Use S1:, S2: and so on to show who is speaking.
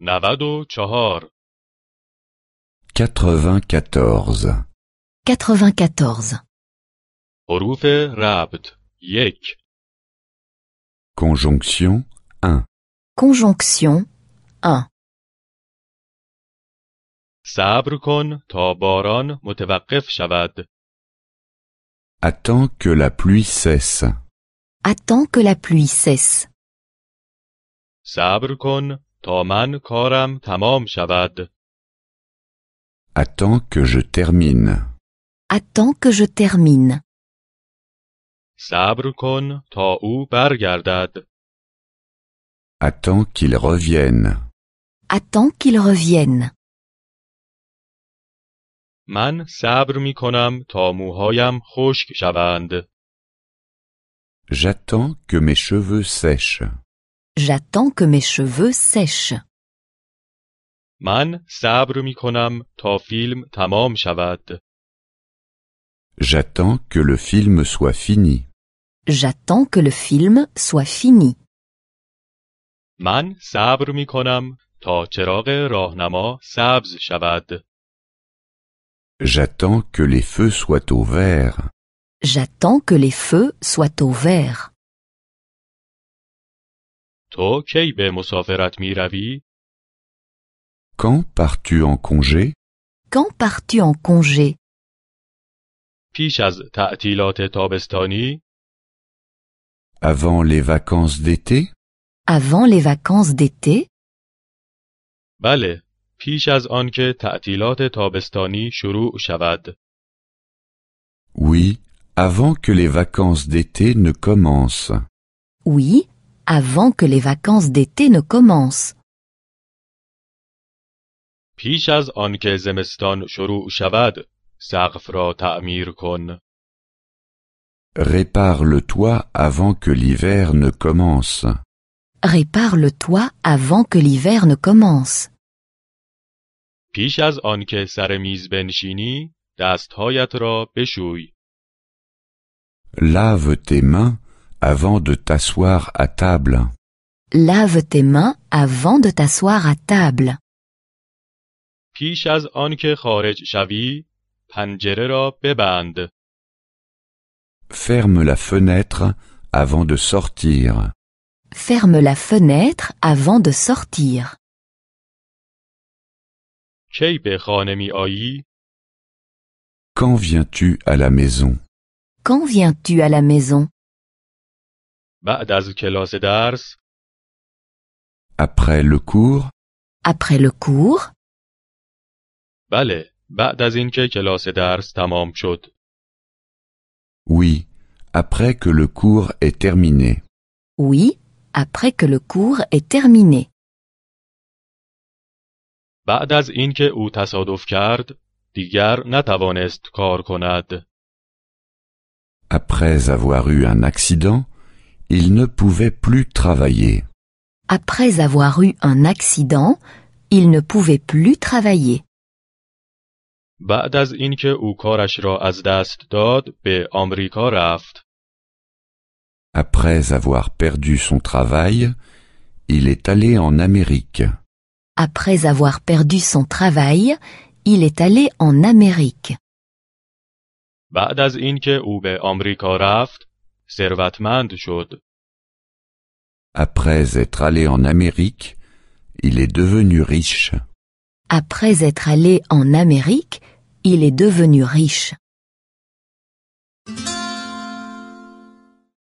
S1: نود و چهار
S2: 94.
S3: 94.
S1: حروف ربط یک
S2: Conjonction 1.
S3: Conjonction 1.
S1: صبر کن تا باران متوقف شود
S2: Attends que la pluie cesse.
S3: Attends que la pluie cesse.
S1: صبر کن تا من کارم تمام شود
S2: Attends que je termine.
S3: Attends que je termine.
S1: صبر کن تا او برگردد
S2: Attends qu'il revienne.
S3: Attends qu'il revienne.
S1: من صبر می کنم تا موهایم خشک شوند
S2: J'attends que mes cheveux sèchent.
S3: J'attends que mes cheveux sèchent.
S1: من صبر می کنم تا فیلم تمام شود
S2: J'attends que le film soit fini.
S3: J'attends que le film soit fini.
S1: من صبر می کنم تا چراغ راهنما سبز شود
S2: J'attends que les feux soient au vert.
S3: J'attends que les feux soient au vert.
S1: تو کی به مسافرت می روی؟
S2: Quand pars-tu en congé
S3: Quand pars-tu en congé
S1: پیش از تعطیلات تابستانی
S2: Avant les vacances d'été
S3: Avant les vacances d'été
S1: بله پیش از آنکه تعطیلات تابستانی شروع شود
S2: Oui, avant que les vacances d'été ne commencent.
S3: Oui, avant que les vacances d'été ne commencent.
S1: پیش از آنکه زمستان شروع شود سقف را تعمیر کن
S2: Répare le toit avant que l'hiver ne commence.
S3: Répare le toit avant que l'hiver ne commence.
S1: پیش از آنکه سر میز بنشینی دستهایت را بشوی
S2: Lave tes mains avant de t'asseoir à table.
S3: Lave tes mains avant de t'asseoir à table.
S1: پیش از آنکه خارج شوی پنجره را ببند
S2: Ferme la fenêtre avant de sortir.
S3: Ferme la fenêtre avant de sortir.
S1: کی به خانه می آیی
S2: Quand viens-tu à la maison
S3: Quand viens-tu à la maison
S1: بعد از کلاس درس
S2: Après le cours
S3: Après le cours
S1: بله بعد از اینکه کلاس درس تمام شد
S2: Oui, après que le cours est terminé.
S3: Oui, après que le cours est terminé.
S1: بعد از اینکه او تصادف کرد دیگر نتوانست کار کند
S2: Après avoir eu un accident, il ne pouvait plus travailler.
S3: Après avoir eu un accident, il ne pouvait plus travailler.
S1: بعد از اینکه او کارش را از دست داد به آمریکا رفت
S2: Après avoir perdu son travail, il est allé en Amérique.
S3: Après avoir perdu son travail, il est allé en Amérique.
S1: بعد از اینکه او به آمریکا رفت ثروتمند شد
S2: Après être allé en Amérique, il est devenu riche.
S3: Après être allé en Amérique, il est devenu riche.